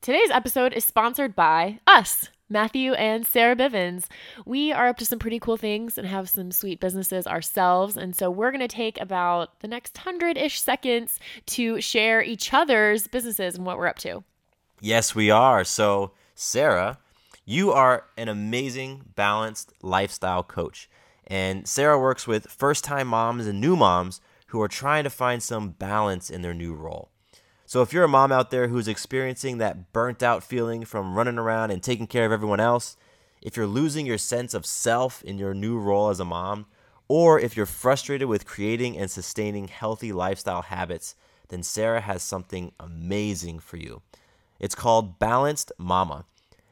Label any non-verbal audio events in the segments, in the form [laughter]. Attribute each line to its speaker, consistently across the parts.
Speaker 1: Today's episode is sponsored by us. Matthew and Sarah Bivens. We are up to some pretty cool things and have some sweet businesses ourselves. And so we're going to take about the next hundred ish seconds to share each other's businesses and what we're up to.
Speaker 2: Yes, we are. So, Sarah, you are an amazing, balanced lifestyle coach. And Sarah works with first time moms and new moms who are trying to find some balance in their new role. So, if you're a mom out there who's experiencing that burnt out feeling from running around and taking care of everyone else, if you're losing your sense of self in your new role as a mom, or if you're frustrated with creating and sustaining healthy lifestyle habits, then Sarah has something amazing for you. It's called Balanced Mama,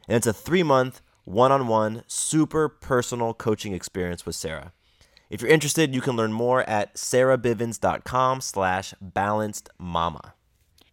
Speaker 2: and it's a three month, one on one, super personal coaching experience with Sarah. If you're interested, you can learn more at sarahbivens.com slash balanced mama.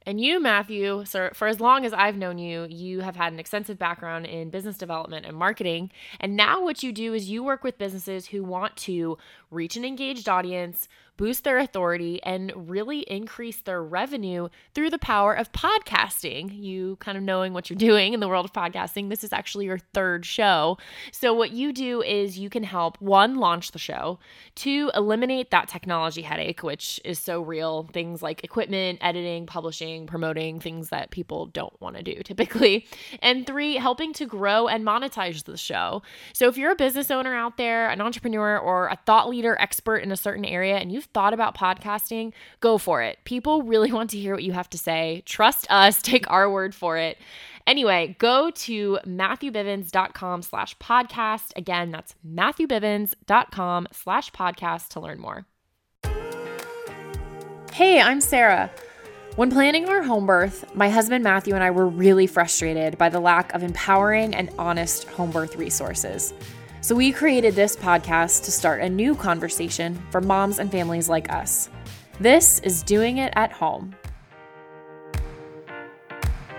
Speaker 1: And you, Matthew, sir, for as long as I've known you, you have had an extensive background in business development and marketing. And now, what you do is you work with businesses who want to reach an engaged audience, boost their authority, and really increase their revenue through the power of podcasting. You kind of knowing what you're doing in the world of podcasting. This is actually your third show. So, what you do is you can help one, launch the show, two, eliminate that technology headache, which is so real. Things like equipment, editing, publishing promoting things that people don't want to do [laughs] typically. And three, helping to grow and monetize the show. So if you're a business owner out there, an entrepreneur, or a thought leader expert in a certain area, and you've thought about podcasting, go for it. People really [laughs] want to hear what you have to say. Trust us, [laughs] take our word for it. Anyway, go to matthewbivens.com slash podcast. Again, that's matthewbivens.com slash podcast to learn more. Hey, I'm Sarah. When planning our home birth, my husband Matthew and I were really frustrated by the lack of empowering and honest home birth resources. So we created this podcast to start a new conversation for moms and families like us. This is Doing It at Home.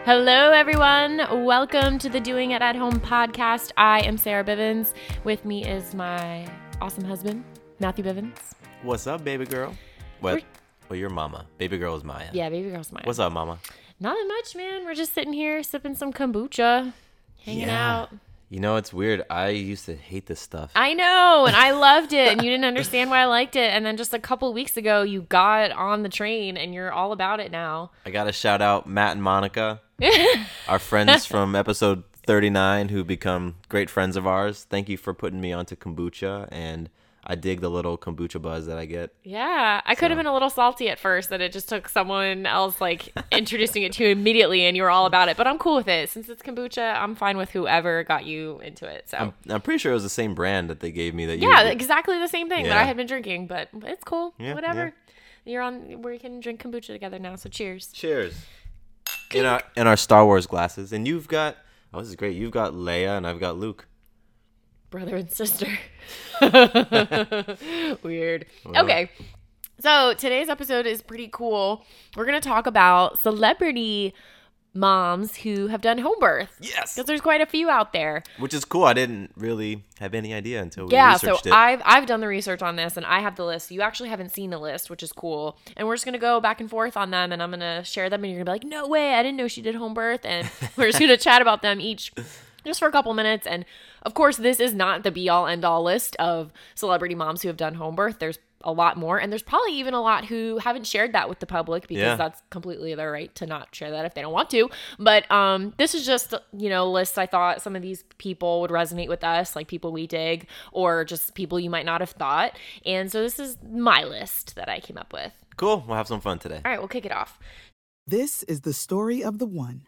Speaker 1: Hello, everyone. Welcome to the Doing It at Home podcast. I am Sarah Bivens. With me is my awesome husband, Matthew Bivens.
Speaker 2: What's up, baby girl? What? Well, your mama. Baby girl is Maya.
Speaker 1: Yeah, baby girl's mine.
Speaker 2: What's up, mama?
Speaker 1: Not much, man. We're just sitting here sipping some kombucha, hanging out.
Speaker 2: You know, it's weird. I used to hate this stuff.
Speaker 1: I know, and I loved it, and you didn't understand why I liked it. And then just a couple weeks ago, you got on the train, and you're all about it now.
Speaker 2: I got to shout out Matt
Speaker 1: [laughs]
Speaker 2: and Monica, our friends from episode 39 who become great friends of ours. Thank you for putting me onto kombucha and I dig the little kombucha buzz that I get.
Speaker 1: Yeah, I could have been a little salty at first that it just took someone else like introducing it to you immediately, and you were all about it. But I'm cool with it since it's kombucha. I'm fine with whoever got you into it. So
Speaker 2: I'm, I'm pretty sure it was the same brand that they gave me that you
Speaker 1: yeah, exactly the same thing that I
Speaker 2: Yeah.
Speaker 1: had been drinking, but it's cool.
Speaker 2: Yeah,
Speaker 1: Whatever. You're on. We can drink kombucha together now. So cheers.
Speaker 2: Cheers. In our in our Star Wars glasses. And you've got Oh, this is great. You've got Leia and I've got Luke.
Speaker 1: brother and sister. Weird. Okay. So today's episode is pretty cool. We're going to talk about celebrity moms who have done home birth.
Speaker 2: Yes.
Speaker 1: Because there's quite a few out there.
Speaker 2: Which is cool. I didn't really have any idea until we
Speaker 1: yeah, so
Speaker 2: researched it.
Speaker 1: I've I've done the research on this and I have the list. You actually haven't seen the list, which is cool. And we're just gonna go back and forth on them and I'm gonna share them and you're gonna be like, No way, I didn't know she did home birth and
Speaker 2: [laughs]
Speaker 1: we're just gonna chat about them each just for a couple minutes. And of course, this is not the be all end all list of celebrity moms who have done home birth. There's a lot more and there's probably even a lot who haven't shared that with the public because
Speaker 2: Yeah.
Speaker 1: that's completely their right to not share that if they don't want to but um this is just you know lists i thought some of these people would resonate with us like people we dig or just people you might not have thought and so this is my list that i came up with
Speaker 2: cool. We'll have some fun today.
Speaker 1: all right we'll kick it off
Speaker 3: This is the story of the one.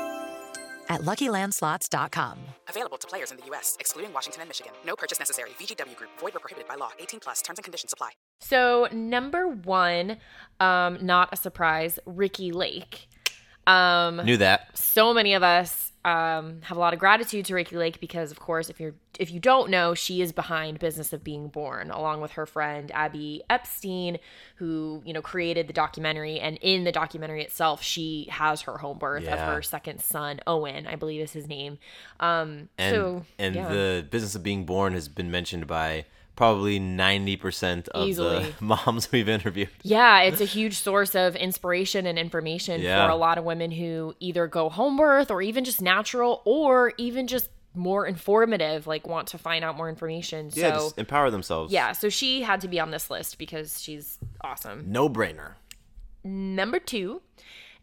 Speaker 4: at luckylandslots.com.
Speaker 5: Available to players in the U.S., excluding Washington and Michigan. No purchase necessary. VGW Group, void or prohibited by law. 18 plus terms and conditions apply.
Speaker 1: So number one, um, not a surprise, Ricky Lake. Um,
Speaker 2: Knew that.
Speaker 1: so many of us um, have a lot of gratitude to Ricky Lake because, of course, if you're if you don't know, she is behind Business of Being Born, along with her friend Abby Epstein, who you know created the documentary. And in the documentary itself, she has her home birth of
Speaker 2: Yeah.
Speaker 1: her second son, Owen, I believe is his name. Um,
Speaker 2: And
Speaker 1: so
Speaker 2: and
Speaker 1: yeah.
Speaker 2: the business of being born has been mentioned by probably 90% of
Speaker 1: Easily.
Speaker 2: the [laughs] moms
Speaker 1: [laughs]
Speaker 2: we've interviewed.
Speaker 1: Yeah, it's a huge source of inspiration and information
Speaker 2: Yeah.
Speaker 1: for a lot of women who either go home birth or even just natural or even just more informative, like want to find out more information.
Speaker 2: Yeah,
Speaker 1: so
Speaker 2: just empower themselves.
Speaker 1: yeah, so she had to be on this list because she's awesome.
Speaker 2: No brainer.
Speaker 1: Number two,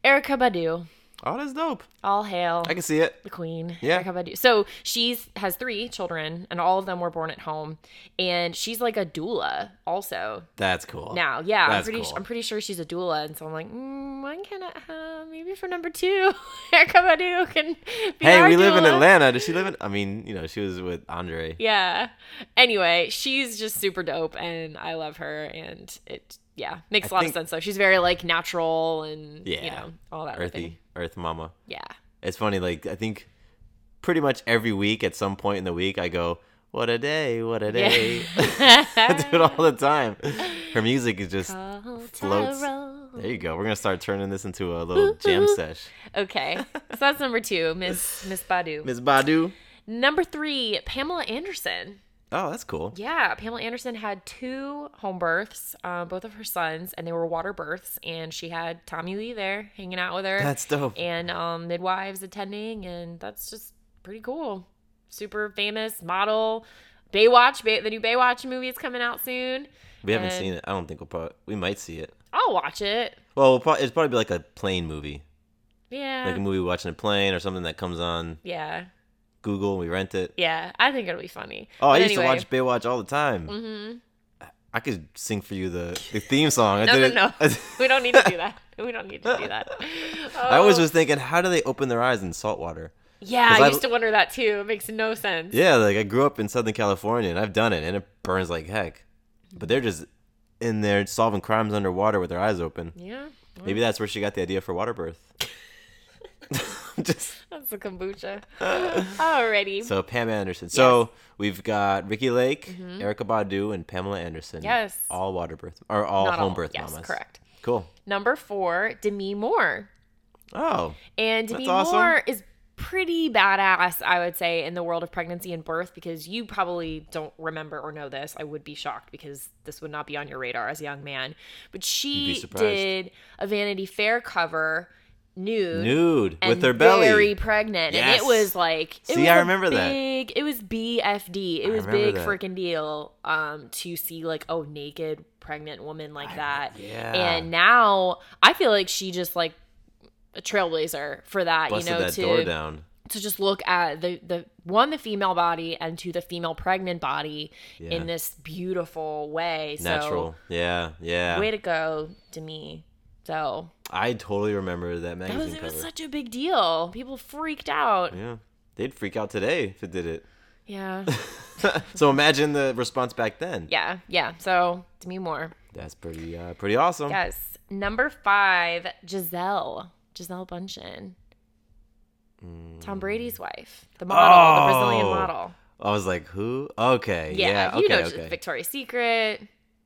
Speaker 1: Erica Badu.
Speaker 2: Oh, that's dope.
Speaker 1: All hail.
Speaker 2: I can see it.
Speaker 1: the queen.
Speaker 2: Yeah.
Speaker 1: Erykah Badu. So she's has three children, and all of them were born at home. And she's like a doula, also.
Speaker 2: That's cool.
Speaker 1: now. Yeah, I'm
Speaker 2: That's
Speaker 1: pretty.
Speaker 2: cool.
Speaker 1: I'm pretty sure she's a doula, and so I'm like, mm, when can I? Uh, maybe for number two, [laughs] Erica Badu can. Be
Speaker 2: Hey,
Speaker 1: our
Speaker 2: we live in
Speaker 1: doula.
Speaker 2: Atlanta. Does she live in? I mean, you know, she was with Andre.
Speaker 1: Yeah. Anyway, she's just super dope, and I love her, and it yeah makes a
Speaker 2: I
Speaker 1: lot
Speaker 2: think-
Speaker 1: of sense. Though she's very like natural and you know all that
Speaker 2: Earthy,
Speaker 1: thing.
Speaker 2: Earth Mama.
Speaker 1: Yeah.
Speaker 2: It's funny. Like I think pretty much every week, at some point in the week, I go, "What a day! What a day!" [laughs] I do it all the time. Her music is
Speaker 1: [laughs]
Speaker 2: just floats.
Speaker 1: Tyrone.
Speaker 2: There you go. We're gonna start turning this into
Speaker 1: [laughs]
Speaker 2: a little jam sesh. [laughs]
Speaker 1: Okay, so that's number two, Miss Miss Badu.
Speaker 2: Miss Badu.
Speaker 1: Number three, Pamela Anderson.
Speaker 2: Oh, that's cool.
Speaker 1: Yeah, Pamela Anderson had two home births, uh, both of her sons, and they were water births. And she had Tommy Lee there hanging out with her.
Speaker 2: That's dope.
Speaker 1: And um, midwives attending, and that's just pretty cool. Super famous model. Baywatch, Bay- the new Baywatch movie is coming out soon.
Speaker 2: We haven't
Speaker 1: And-
Speaker 2: seen it. I don't think we'll probably. We might see it.
Speaker 1: I'll watch it.
Speaker 2: Well, we'll probably, it'd probably be like a plane movie,
Speaker 1: Yeah.
Speaker 2: like a movie watching a plane or something that comes on
Speaker 1: yeah.
Speaker 2: Google. and We rent it.
Speaker 1: Yeah. I think it'll be funny.
Speaker 2: Oh, I
Speaker 1: But
Speaker 2: used
Speaker 1: anyway.
Speaker 2: to watch Baywatch all the time. Mm-hmm. I could sing for you the, the theme song.
Speaker 1: [laughs]
Speaker 2: I
Speaker 1: No,
Speaker 2: did
Speaker 1: no,
Speaker 2: [laughs]
Speaker 1: no.
Speaker 2: it-
Speaker 1: we don't need to do that. We don't need to do that.
Speaker 2: [laughs] I always
Speaker 1: Oh.
Speaker 2: was thinking, how do they open their eyes in salt water?
Speaker 1: Yeah,
Speaker 2: 'Cause
Speaker 1: I
Speaker 2: I-
Speaker 1: used to wonder that too. It makes no sense.
Speaker 2: Yeah, like I grew up in Southern California and I've done it and it burns like heck. But they're just in there solving crimes underwater with their eyes open.
Speaker 1: Yeah.
Speaker 2: Maybe that's where she got the idea for water
Speaker 1: [laughs]
Speaker 2: birth. just
Speaker 1: That's a
Speaker 2: [laughs]
Speaker 1: kombucha. Alrighty.
Speaker 2: so Pam Anderson. So we've got Ricky Lake, Erica Badu, and Pamela Anderson.
Speaker 1: Mm-hmm. Yes.
Speaker 2: all water birth or all
Speaker 1: Not
Speaker 2: home
Speaker 1: all.
Speaker 2: birth
Speaker 1: Yes,
Speaker 2: mamas.
Speaker 1: correct.
Speaker 2: Cool.
Speaker 1: Number four, Demi Moore.
Speaker 2: Oh,
Speaker 1: And Demi
Speaker 2: That's awesome.
Speaker 1: Moore is pretty badass, I would say, in the world of pregnancy and birth because you probably don't remember or know this. I would be shocked because this would not be on your radar as a young man. But
Speaker 2: be
Speaker 1: she
Speaker 2: surprised.
Speaker 1: did a Vanity Fair cover nude.
Speaker 2: nude
Speaker 1: and
Speaker 2: with her belly.
Speaker 1: very pregnant, and
Speaker 2: Yes.
Speaker 1: it was like it
Speaker 2: See,
Speaker 1: was
Speaker 2: I
Speaker 1: a
Speaker 2: remember that.
Speaker 1: big, It was BFD. It was
Speaker 2: remember
Speaker 1: big
Speaker 2: that.
Speaker 1: freaking deal um, to see like a naked pregnant woman like that.
Speaker 2: yeah.
Speaker 1: And now I feel like she just like a trailblazer for that.
Speaker 2: Busted
Speaker 1: you know,
Speaker 2: that
Speaker 1: to
Speaker 2: door down.
Speaker 1: to just look at the the one the female body and to the female pregnant body
Speaker 2: Yeah.
Speaker 1: in this beautiful way.
Speaker 2: Natural. yeah, yeah.
Speaker 1: So way to go to me. So
Speaker 2: I totally remember that
Speaker 1: that
Speaker 2: magazine
Speaker 1: was it
Speaker 2: cover.
Speaker 1: was such a big deal. People freaked out.
Speaker 2: yeah. They'd freak out today if it did it. [laughs]
Speaker 1: Yeah.
Speaker 2: so imagine the response back then.
Speaker 1: Yeah. Yeah. So Demi Moore.
Speaker 2: That's pretty uh, pretty awesome.
Speaker 1: Yes. Number five, Giselle. Giselle Bundchen. Tom Brady's wife. The model, the Brazilian
Speaker 2: Mm. Oh.
Speaker 1: model.
Speaker 2: I was like, who? Okay.
Speaker 1: Yeah.
Speaker 2: Yeah.
Speaker 1: you
Speaker 2: okay.
Speaker 1: know
Speaker 2: okay.
Speaker 1: Victoria's Secret.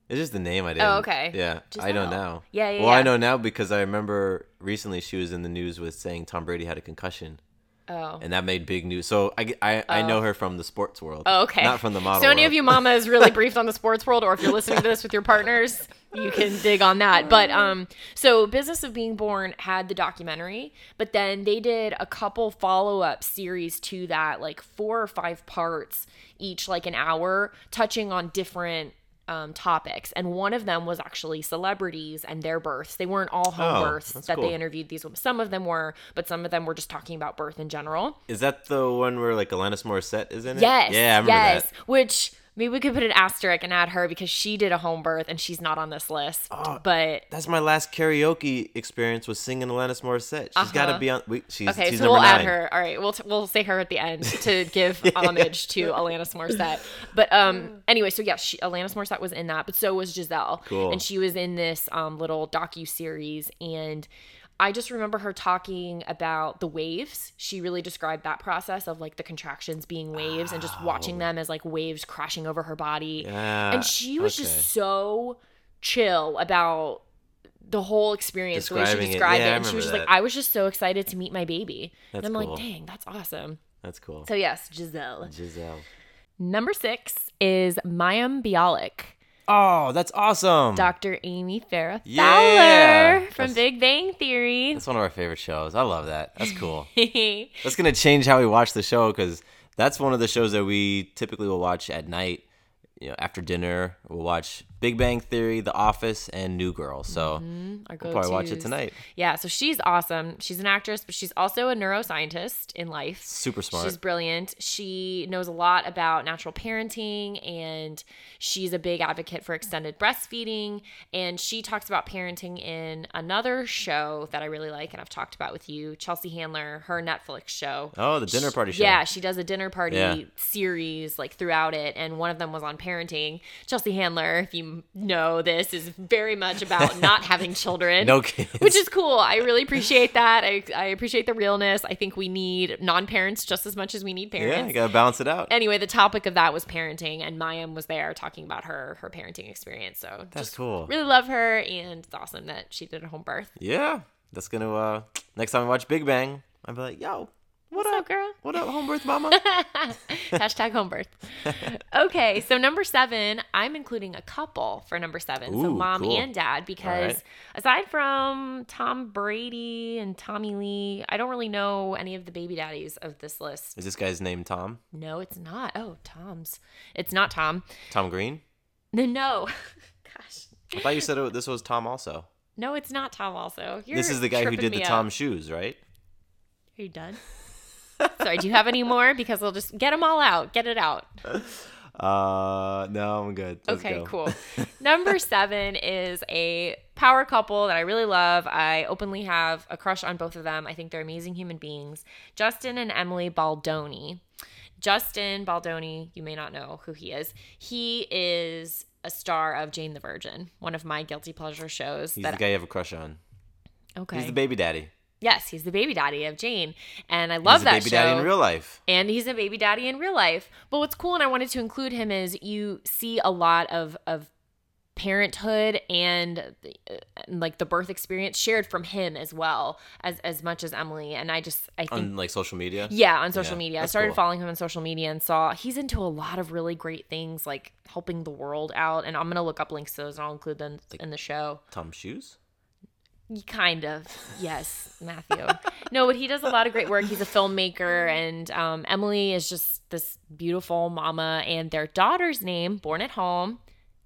Speaker 2: It's just the name I did.
Speaker 1: Oh, okay.
Speaker 2: Yeah. I
Speaker 1: Giselle.
Speaker 2: know now.
Speaker 1: Yeah, yeah,
Speaker 2: Well, I
Speaker 1: yeah.
Speaker 2: know now because I remember recently she was in the news with saying Tom Brady had a concussion.
Speaker 1: Oh.
Speaker 2: and that made big news. So I, I, I know her from the sports world.
Speaker 1: Oh, okay.
Speaker 2: Not from the model.
Speaker 1: So any of
Speaker 2: world.
Speaker 1: you mamas really briefed on the sports world, or if you're listening to this with your partners, you can dig on that. But um, so Business of Being Born had the documentary, but then they did a couple follow up series to that, like four or five parts each, like an hour, touching on different. Um, topics and one of them was actually celebrities and their births. They weren't all home
Speaker 2: Oh,
Speaker 1: births
Speaker 2: that's
Speaker 1: that
Speaker 2: cool.
Speaker 1: they interviewed these women. Some of them were, but some of them were just talking about birth in general.
Speaker 2: [laughs] Is that the one where like Alanis Morissette is in it?
Speaker 1: Yes.
Speaker 2: Yeah, I remember
Speaker 1: yes.
Speaker 2: that.
Speaker 1: Which maybe we could put an asterisk and add her because she did a home birth and she's not on this list.
Speaker 2: Oh,
Speaker 1: but
Speaker 2: That's my last karaoke experience was singing Alanis Morissette. She's got to be on. We, she's,
Speaker 1: Uh-huh. okay,
Speaker 2: she's
Speaker 1: so
Speaker 2: number
Speaker 1: we'll
Speaker 2: nine.
Speaker 1: add her. All right, we'll t- we'll say her at the end
Speaker 2: [laughs]
Speaker 1: to give homage to Alanis Morissette. But um, anyway, so yeah, she, Alanis Morissette was in that, but so was Giselle,
Speaker 2: Cool.
Speaker 1: and she was in this um little docu series and. I just remember her talking about the waves. She really described that process of like the contractions being waves and just watching them as like waves crashing over her body.
Speaker 2: Yeah,
Speaker 1: and she was
Speaker 2: Ah, okay.
Speaker 1: just so chill about the whole experience, the way she
Speaker 2: Describing it.
Speaker 1: described it.
Speaker 2: Yeah, I
Speaker 1: And she was just
Speaker 2: remember
Speaker 1: like,
Speaker 2: that.
Speaker 1: I was just so excited to meet my baby.
Speaker 2: That's
Speaker 1: and I'm
Speaker 2: cool.
Speaker 1: like, dang, that's awesome.
Speaker 2: That's cool.
Speaker 1: So, yes, Giselle.
Speaker 2: Giselle.
Speaker 1: Number six is Mayim Bialik,
Speaker 2: Oh, that's awesome.
Speaker 1: Dr. Amy Farrah Fowler
Speaker 2: Yeah.
Speaker 1: from
Speaker 2: That's-
Speaker 1: Big Bang Theory.
Speaker 2: That's one of our favorite shows. I love that. That's cool.
Speaker 1: [laughs]
Speaker 2: that's gonna change how we watch the show because that's one of the shows that we typically will watch at night. You know, after dinner, we'll watch Big Bang Theory, The Office, and New Girl. So
Speaker 1: Mm-hmm. Our
Speaker 2: we'll probably watch it
Speaker 1: go-tos.
Speaker 2: tonight.
Speaker 1: Yeah, so she's awesome. She's an actress, but she's also a neuroscientist in life.
Speaker 2: super smart.
Speaker 1: She's brilliant. She knows a lot about natural parenting and she's a big advocate for extended breastfeeding. And she talks about parenting in another show that I really like and I've talked about with you, Chelsea Handler, her Netflix show.
Speaker 2: oh, the dinner party show.
Speaker 1: Yeah, she does a dinner party
Speaker 2: Yeah.
Speaker 1: series like throughout it, and one of them was on parenting. Chelsea Handler, if you know this, is very much about not
Speaker 2: [laughs]
Speaker 1: having children.
Speaker 2: No kids.
Speaker 1: Which is cool. I really appreciate that. I, I appreciate the realness. I think we need non parents just as much as we need
Speaker 2: yeah,
Speaker 1: parents.
Speaker 2: you gotta balance it out.
Speaker 1: Anyway, the topic of that was parenting, and Mayim was there talking about her her parenting experience. So
Speaker 2: That's
Speaker 1: just
Speaker 2: cool.
Speaker 1: Really love her, and it's awesome that she did a home birth.
Speaker 2: [laughs] Yeah, that's gonna. uh Next time I watch Big Bang, I'll be like, "Yo, what
Speaker 1: What's
Speaker 2: up,
Speaker 1: up, girl?
Speaker 2: What up, home birth
Speaker 1: [laughs]
Speaker 2: mama?"
Speaker 1: Hashtag home birth. Okay, so number seven, I'm including a couple for number seven. so
Speaker 2: Ooh,
Speaker 1: mom
Speaker 2: cool.
Speaker 1: and dad, because
Speaker 2: right.
Speaker 1: aside from Tom Brady and Tommy Lee, I don't really know any of the baby daddies of this list.
Speaker 2: Is this guy's name Tom?
Speaker 1: No, it's not. Oh, Tom's. It's not Tom.
Speaker 2: Tom Green?
Speaker 1: No, no. [laughs] Gosh.
Speaker 2: I thought you said it, this was Tom also.
Speaker 1: No, it's not Tom also. You're
Speaker 2: this is the guy who
Speaker 1: tripping
Speaker 2: did
Speaker 1: me
Speaker 2: the
Speaker 1: up.
Speaker 2: Tom shoes, right?
Speaker 1: Are you done? [laughs] Sorry, do you have any more? Because we'll just get them all out. Get it out.
Speaker 2: Uh, no, I'm good. Let's
Speaker 1: okay,
Speaker 2: go. [laughs]
Speaker 1: cool. Number seven is a power couple that I really love. I openly have a crush on both of them. I think they're amazing human beings. Justin and Emily Baldoni. Justin Baldoni, you may not know who he is. He is a star of Jane the Virgin, one of my guilty pleasure shows.
Speaker 2: He's
Speaker 1: that
Speaker 2: the guy you have a crush on.
Speaker 1: okay,
Speaker 2: He's the baby daddy.
Speaker 1: yes, he's the baby daddy of Jane, and I love
Speaker 2: He's a
Speaker 1: that
Speaker 2: baby
Speaker 1: show
Speaker 2: daddy in real life.
Speaker 1: and he's a baby daddy in real life. But what's cool, and I wanted to include him, is you see a lot of of parenthood and, uh, and like the birth experience shared from him as well as as much as Emily. And I just I think
Speaker 2: On like social media.
Speaker 1: yeah, on social
Speaker 2: Yeah,
Speaker 1: media. I
Speaker 2: that's
Speaker 1: started
Speaker 2: cool.
Speaker 1: following him on social media and saw he's into a lot of really great things, like helping the world out. And I'm gonna look up links to those and I'll include them in the show.
Speaker 2: Tom shoes.
Speaker 1: Kind of. Yes, Matthew. no, but he does a lot of great work. He's a filmmaker, and um, Emily is just this beautiful mama, and their daughter's name, born at home,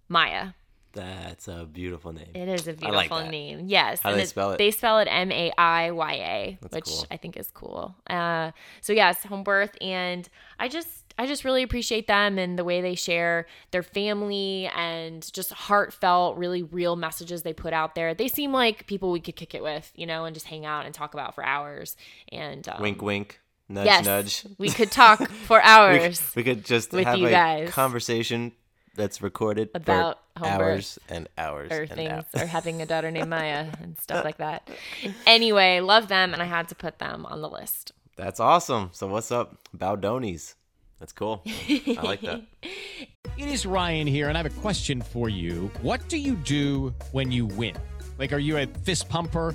Speaker 1: Maya.
Speaker 2: That's a beautiful name.
Speaker 1: It is a
Speaker 2: I
Speaker 1: beautiful
Speaker 2: like that.
Speaker 1: name. Yes.
Speaker 2: How do
Speaker 1: and
Speaker 2: they spell it?
Speaker 1: They spell it M A I Y A,
Speaker 2: That's
Speaker 1: which
Speaker 2: cool.
Speaker 1: I think is cool. Uh, so yes, home birth, and I just I just really appreciate them and the way they share their family and just heartfelt, really real messages they put out there. They seem like people we could kick it with, you know, and just hang out and talk about for hours. And um,
Speaker 2: Wink, wink. Nudge,
Speaker 1: yes,
Speaker 2: nudge.
Speaker 1: we could talk for
Speaker 2: [laughs] We,
Speaker 1: hours.
Speaker 2: could- we could just
Speaker 1: with
Speaker 2: have
Speaker 1: you
Speaker 2: a
Speaker 1: guys.
Speaker 2: conversation that's recorded for
Speaker 1: About home
Speaker 2: hours and hours
Speaker 1: or
Speaker 2: and
Speaker 1: things
Speaker 2: hours.
Speaker 1: or having a daughter named
Speaker 2: [laughs]
Speaker 1: Maya and stuff like that. Anyway, love them and I had to put them on the list.
Speaker 2: That's awesome. So what's up, Baldoni's? That's cool. I like that.
Speaker 1: [laughs]
Speaker 6: It is Ryan here, and I have a question for you. What do you do when you win? Like, are you a fist pumper?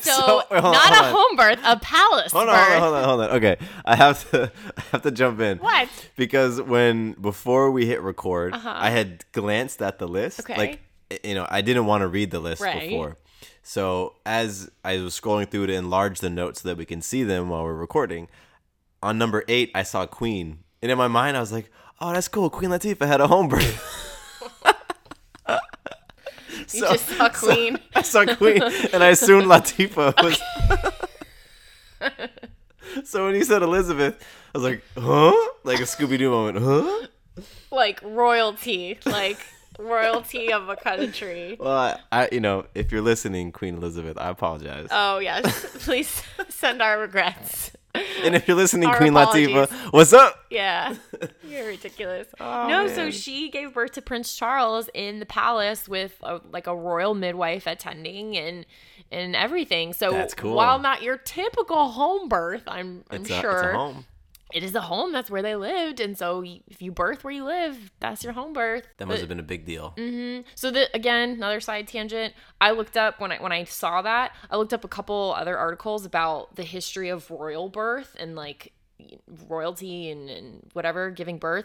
Speaker 1: So,
Speaker 2: hold on,
Speaker 1: not
Speaker 2: hold
Speaker 1: a
Speaker 2: on.
Speaker 1: home birth, a palace
Speaker 2: Hold
Speaker 1: birth.
Speaker 2: on, hold on, hold on, hold on. Okay, I have to, [laughs] I have to jump in.
Speaker 1: What? Uh-huh.
Speaker 2: Because when before we hit record, I had glanced at the list.
Speaker 1: Okay.
Speaker 2: Like, y- you know, I didn't want to read the list
Speaker 1: Right.
Speaker 2: before. So as I was scrolling through to enlarge the notes so that we can see them while we're recording, on number eight I saw Queen, and in my mind I was like, "Oh, that's cool. Queen Latifah had a home [laughs] birth."
Speaker 1: You just saw Queen.
Speaker 2: I saw Queen, and I assumed
Speaker 1: [laughs]
Speaker 2: Latifah was. [laughs] so when you said Elizabeth, I was like, huh? Like a Scooby Doo moment, huh?
Speaker 1: like royalty, like royalty of a
Speaker 2: [laughs]
Speaker 1: country.
Speaker 2: Well, I, I, you know, if you're listening, Queen Elizabeth, I apologize.
Speaker 1: Oh, yes. [laughs] Please send our regrets.
Speaker 2: and if you're listening,
Speaker 1: our
Speaker 2: Queen
Speaker 1: apologies.
Speaker 2: Latifah, what's up? [laughs]
Speaker 1: Yeah. You're ridiculous.
Speaker 2: Oh,
Speaker 1: no, so she gave birth to Prince Charles in the palace with a, like a royal midwife attending and and everything. So
Speaker 2: That's cool.
Speaker 1: while not your typical home birth, I'm I'm
Speaker 2: It's a,
Speaker 1: sure
Speaker 2: it's a home.
Speaker 1: it is a home. That's where they lived, and so y- if you birth where you live, that's your home birth.
Speaker 2: That must have been a big deal.
Speaker 1: Mm-hmm. So the again, another side tangent. I looked up when I when I saw that, I looked up a couple other articles about the history of royal birth and like royalty and, and whatever giving birth.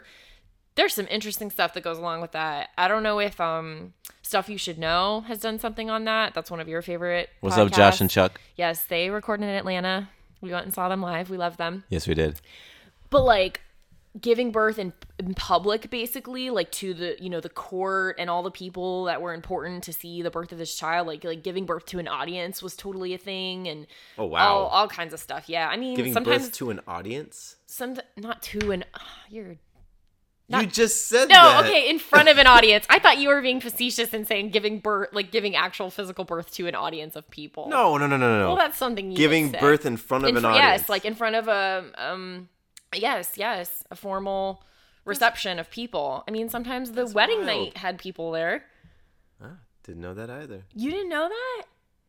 Speaker 1: There's some interesting stuff that goes along with that. I don't know if um stuff you should know has done something on that. That's one of your favorite.
Speaker 2: What's up, Josh and
Speaker 1: podcasts.
Speaker 2: Chuck?
Speaker 1: Yes, they recorded in Atlanta. We went and saw them live. We love them
Speaker 2: Yes, we did.
Speaker 1: but like giving birth in, in public basically like to the you know the court and all the people that were important to see the birth of this child like like giving birth to an audience was totally a thing and
Speaker 2: Oh, wow.
Speaker 1: all, all kinds of stuff yeah i mean
Speaker 2: Giving
Speaker 1: sometimes
Speaker 2: birth to an audience.
Speaker 1: some not to an [sighs]
Speaker 2: [laughs]
Speaker 1: you're
Speaker 2: you just said
Speaker 1: no
Speaker 2: that.
Speaker 1: okay in front of an audience i thought you were being facetious and saying giving birth like giving actual physical birth to an audience of people
Speaker 2: No, no, no, no, no.
Speaker 1: well that's something you
Speaker 2: Giving
Speaker 1: just said.
Speaker 2: birth in front of
Speaker 1: In
Speaker 2: an
Speaker 1: fr-
Speaker 2: audience.
Speaker 1: Yes, like in front of a um yes, yes, a formal reception of people. I mean, sometimes the wedding
Speaker 2: wild.
Speaker 1: night had people there.
Speaker 2: Ah, Didn't know that either.
Speaker 1: You didn't know that?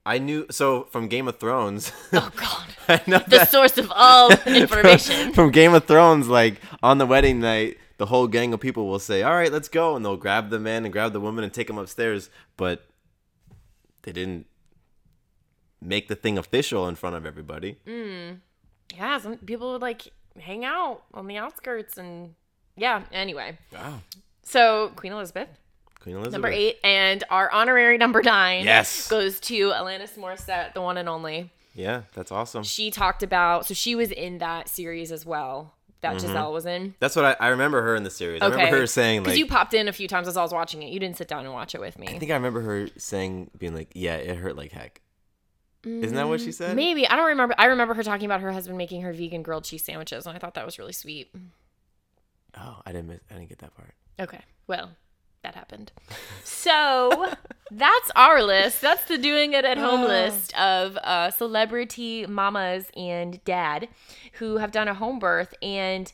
Speaker 2: I knew so from Game of Thrones. [laughs]
Speaker 1: Oh god.
Speaker 2: I know
Speaker 1: The
Speaker 2: that
Speaker 1: source of all
Speaker 2: [laughs] from,
Speaker 1: information.
Speaker 2: from Game of Thrones. Like on the wedding night, the whole gang of people will say, "All right, let's go," and they'll grab the man and grab the woman and take them upstairs. But they didn't make the thing official in front of everybody.
Speaker 1: Mm. yeah, some people would like hang out on the outskirts and yeah, anyway. Wow. So, Queen Elizabeth,
Speaker 2: Queen Elizabeth.
Speaker 1: number 8 and our honorary number 9
Speaker 2: Yes.
Speaker 1: goes to Alanis Morissette, the one and only.
Speaker 2: Yeah, that's awesome.
Speaker 1: She talked about so she was in that series as well that
Speaker 2: Mm-hmm.
Speaker 1: Giselle was in.
Speaker 2: That's what I, I remember her in the series. I remember her saying
Speaker 1: because
Speaker 2: like.
Speaker 1: you popped in a few times as I was watching it. You didn't sit down and watch it with me.
Speaker 2: I think I remember her saying, being like, "Yeah, it hurt like heck." Isn't that what she said?
Speaker 1: Mm, Maybe I don't remember. I remember her talking about her husband making her vegan grilled cheese sandwiches, and I thought that was really sweet.
Speaker 2: Oh, I didn't. Miss, I didn't get that part.
Speaker 1: Okay, well, that happened. So [laughs] that's our list. That's the doing it at home list of uh, celebrity mamas and dad who have done a home birth. And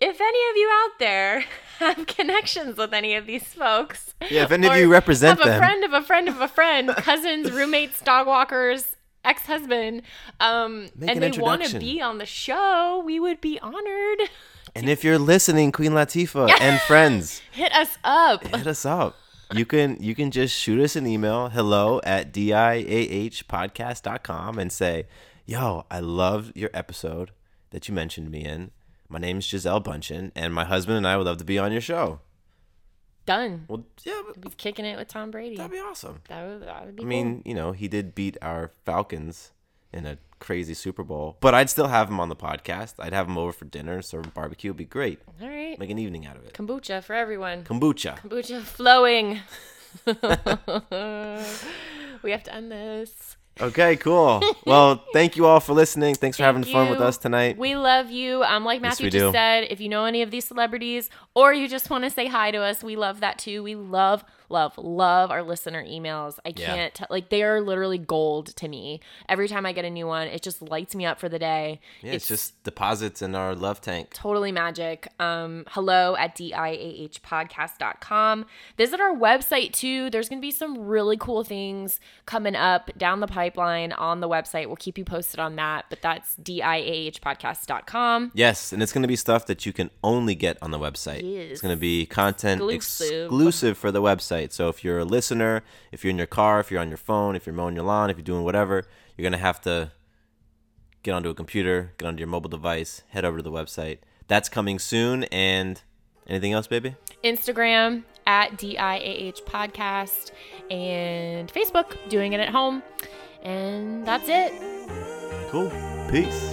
Speaker 1: if any of you out there [laughs] have connections with any of these folks,
Speaker 2: Yeah, if any of
Speaker 1: or
Speaker 2: you represent
Speaker 1: have a
Speaker 2: them.
Speaker 1: friend of a friend of a
Speaker 2: [laughs]
Speaker 1: friend, cousins, roommates, dog walkers, ex husband, um,
Speaker 2: Make
Speaker 1: and
Speaker 2: an
Speaker 1: they want to
Speaker 2: introduction.
Speaker 1: be on the show, we would be honored.
Speaker 2: And if you're listening,
Speaker 1: [laughs]
Speaker 2: Queen Latifah and friends.
Speaker 1: Hit us up.
Speaker 2: hit us up. You can you can just shoot us an email, hello at diahpodcast.com and say, Yo, I love your episode that you mentioned me in. My name's Giselle Bunchen, and my husband and I would love to be on your show.
Speaker 1: done.
Speaker 2: Well, yeah, but
Speaker 1: Be kicking it with Tom Brady.
Speaker 2: that'd be awesome.
Speaker 1: That would, that would be
Speaker 2: I mean, you know, he did beat our Falcons in a crazy Super Bowl, but I'd still have him on the podcast. I'd have him over for dinner, serve him barbecue. It'd be great.
Speaker 1: cool. all right.
Speaker 2: Make an evening out of it.
Speaker 1: Kombucha for everyone.
Speaker 2: Kombucha.
Speaker 1: Kombucha
Speaker 2: [laughs]
Speaker 1: flowing. [laughs] we have to end this.
Speaker 2: Okay,
Speaker 1: [laughs]
Speaker 2: cool. Well, thank you all for listening. Thanks for having fun with
Speaker 1: you.
Speaker 2: us tonight.
Speaker 1: We love you. Um, like
Speaker 2: Yes,
Speaker 1: Matthew
Speaker 2: we
Speaker 1: just
Speaker 2: do.
Speaker 1: said, if you know any of these celebrities or you just want to say hi to us, we love that too. We love, love, love our listener emails. I
Speaker 2: Yeah.
Speaker 1: can't t- like they are literally gold to me. Every time I get a new one, it just lights me up for the day.
Speaker 2: yeah, it's, just deposits in our love tank.
Speaker 1: totally magic um hello at diahpodcast.com visit our website too there's gonna be some really cool things coming up down the pipeline on the website we'll keep you posted on that but that's diahpodcast.com
Speaker 2: Yes, and it's going to be stuff that you can only get on the website.
Speaker 1: Yes.
Speaker 2: It's going to be content
Speaker 1: Exclusive.
Speaker 2: exclusive. for the website. So if you're a listener, if you're in your car, if you're on your phone, if you're mowing your lawn, if you're doing whatever, you're going to have to get onto a computer, get onto your mobile device, head over to the website. That's coming soon. And anything else, baby?
Speaker 1: instagram at diahpodcast and facebook doing it at home and that's it
Speaker 2: Cool. Peace.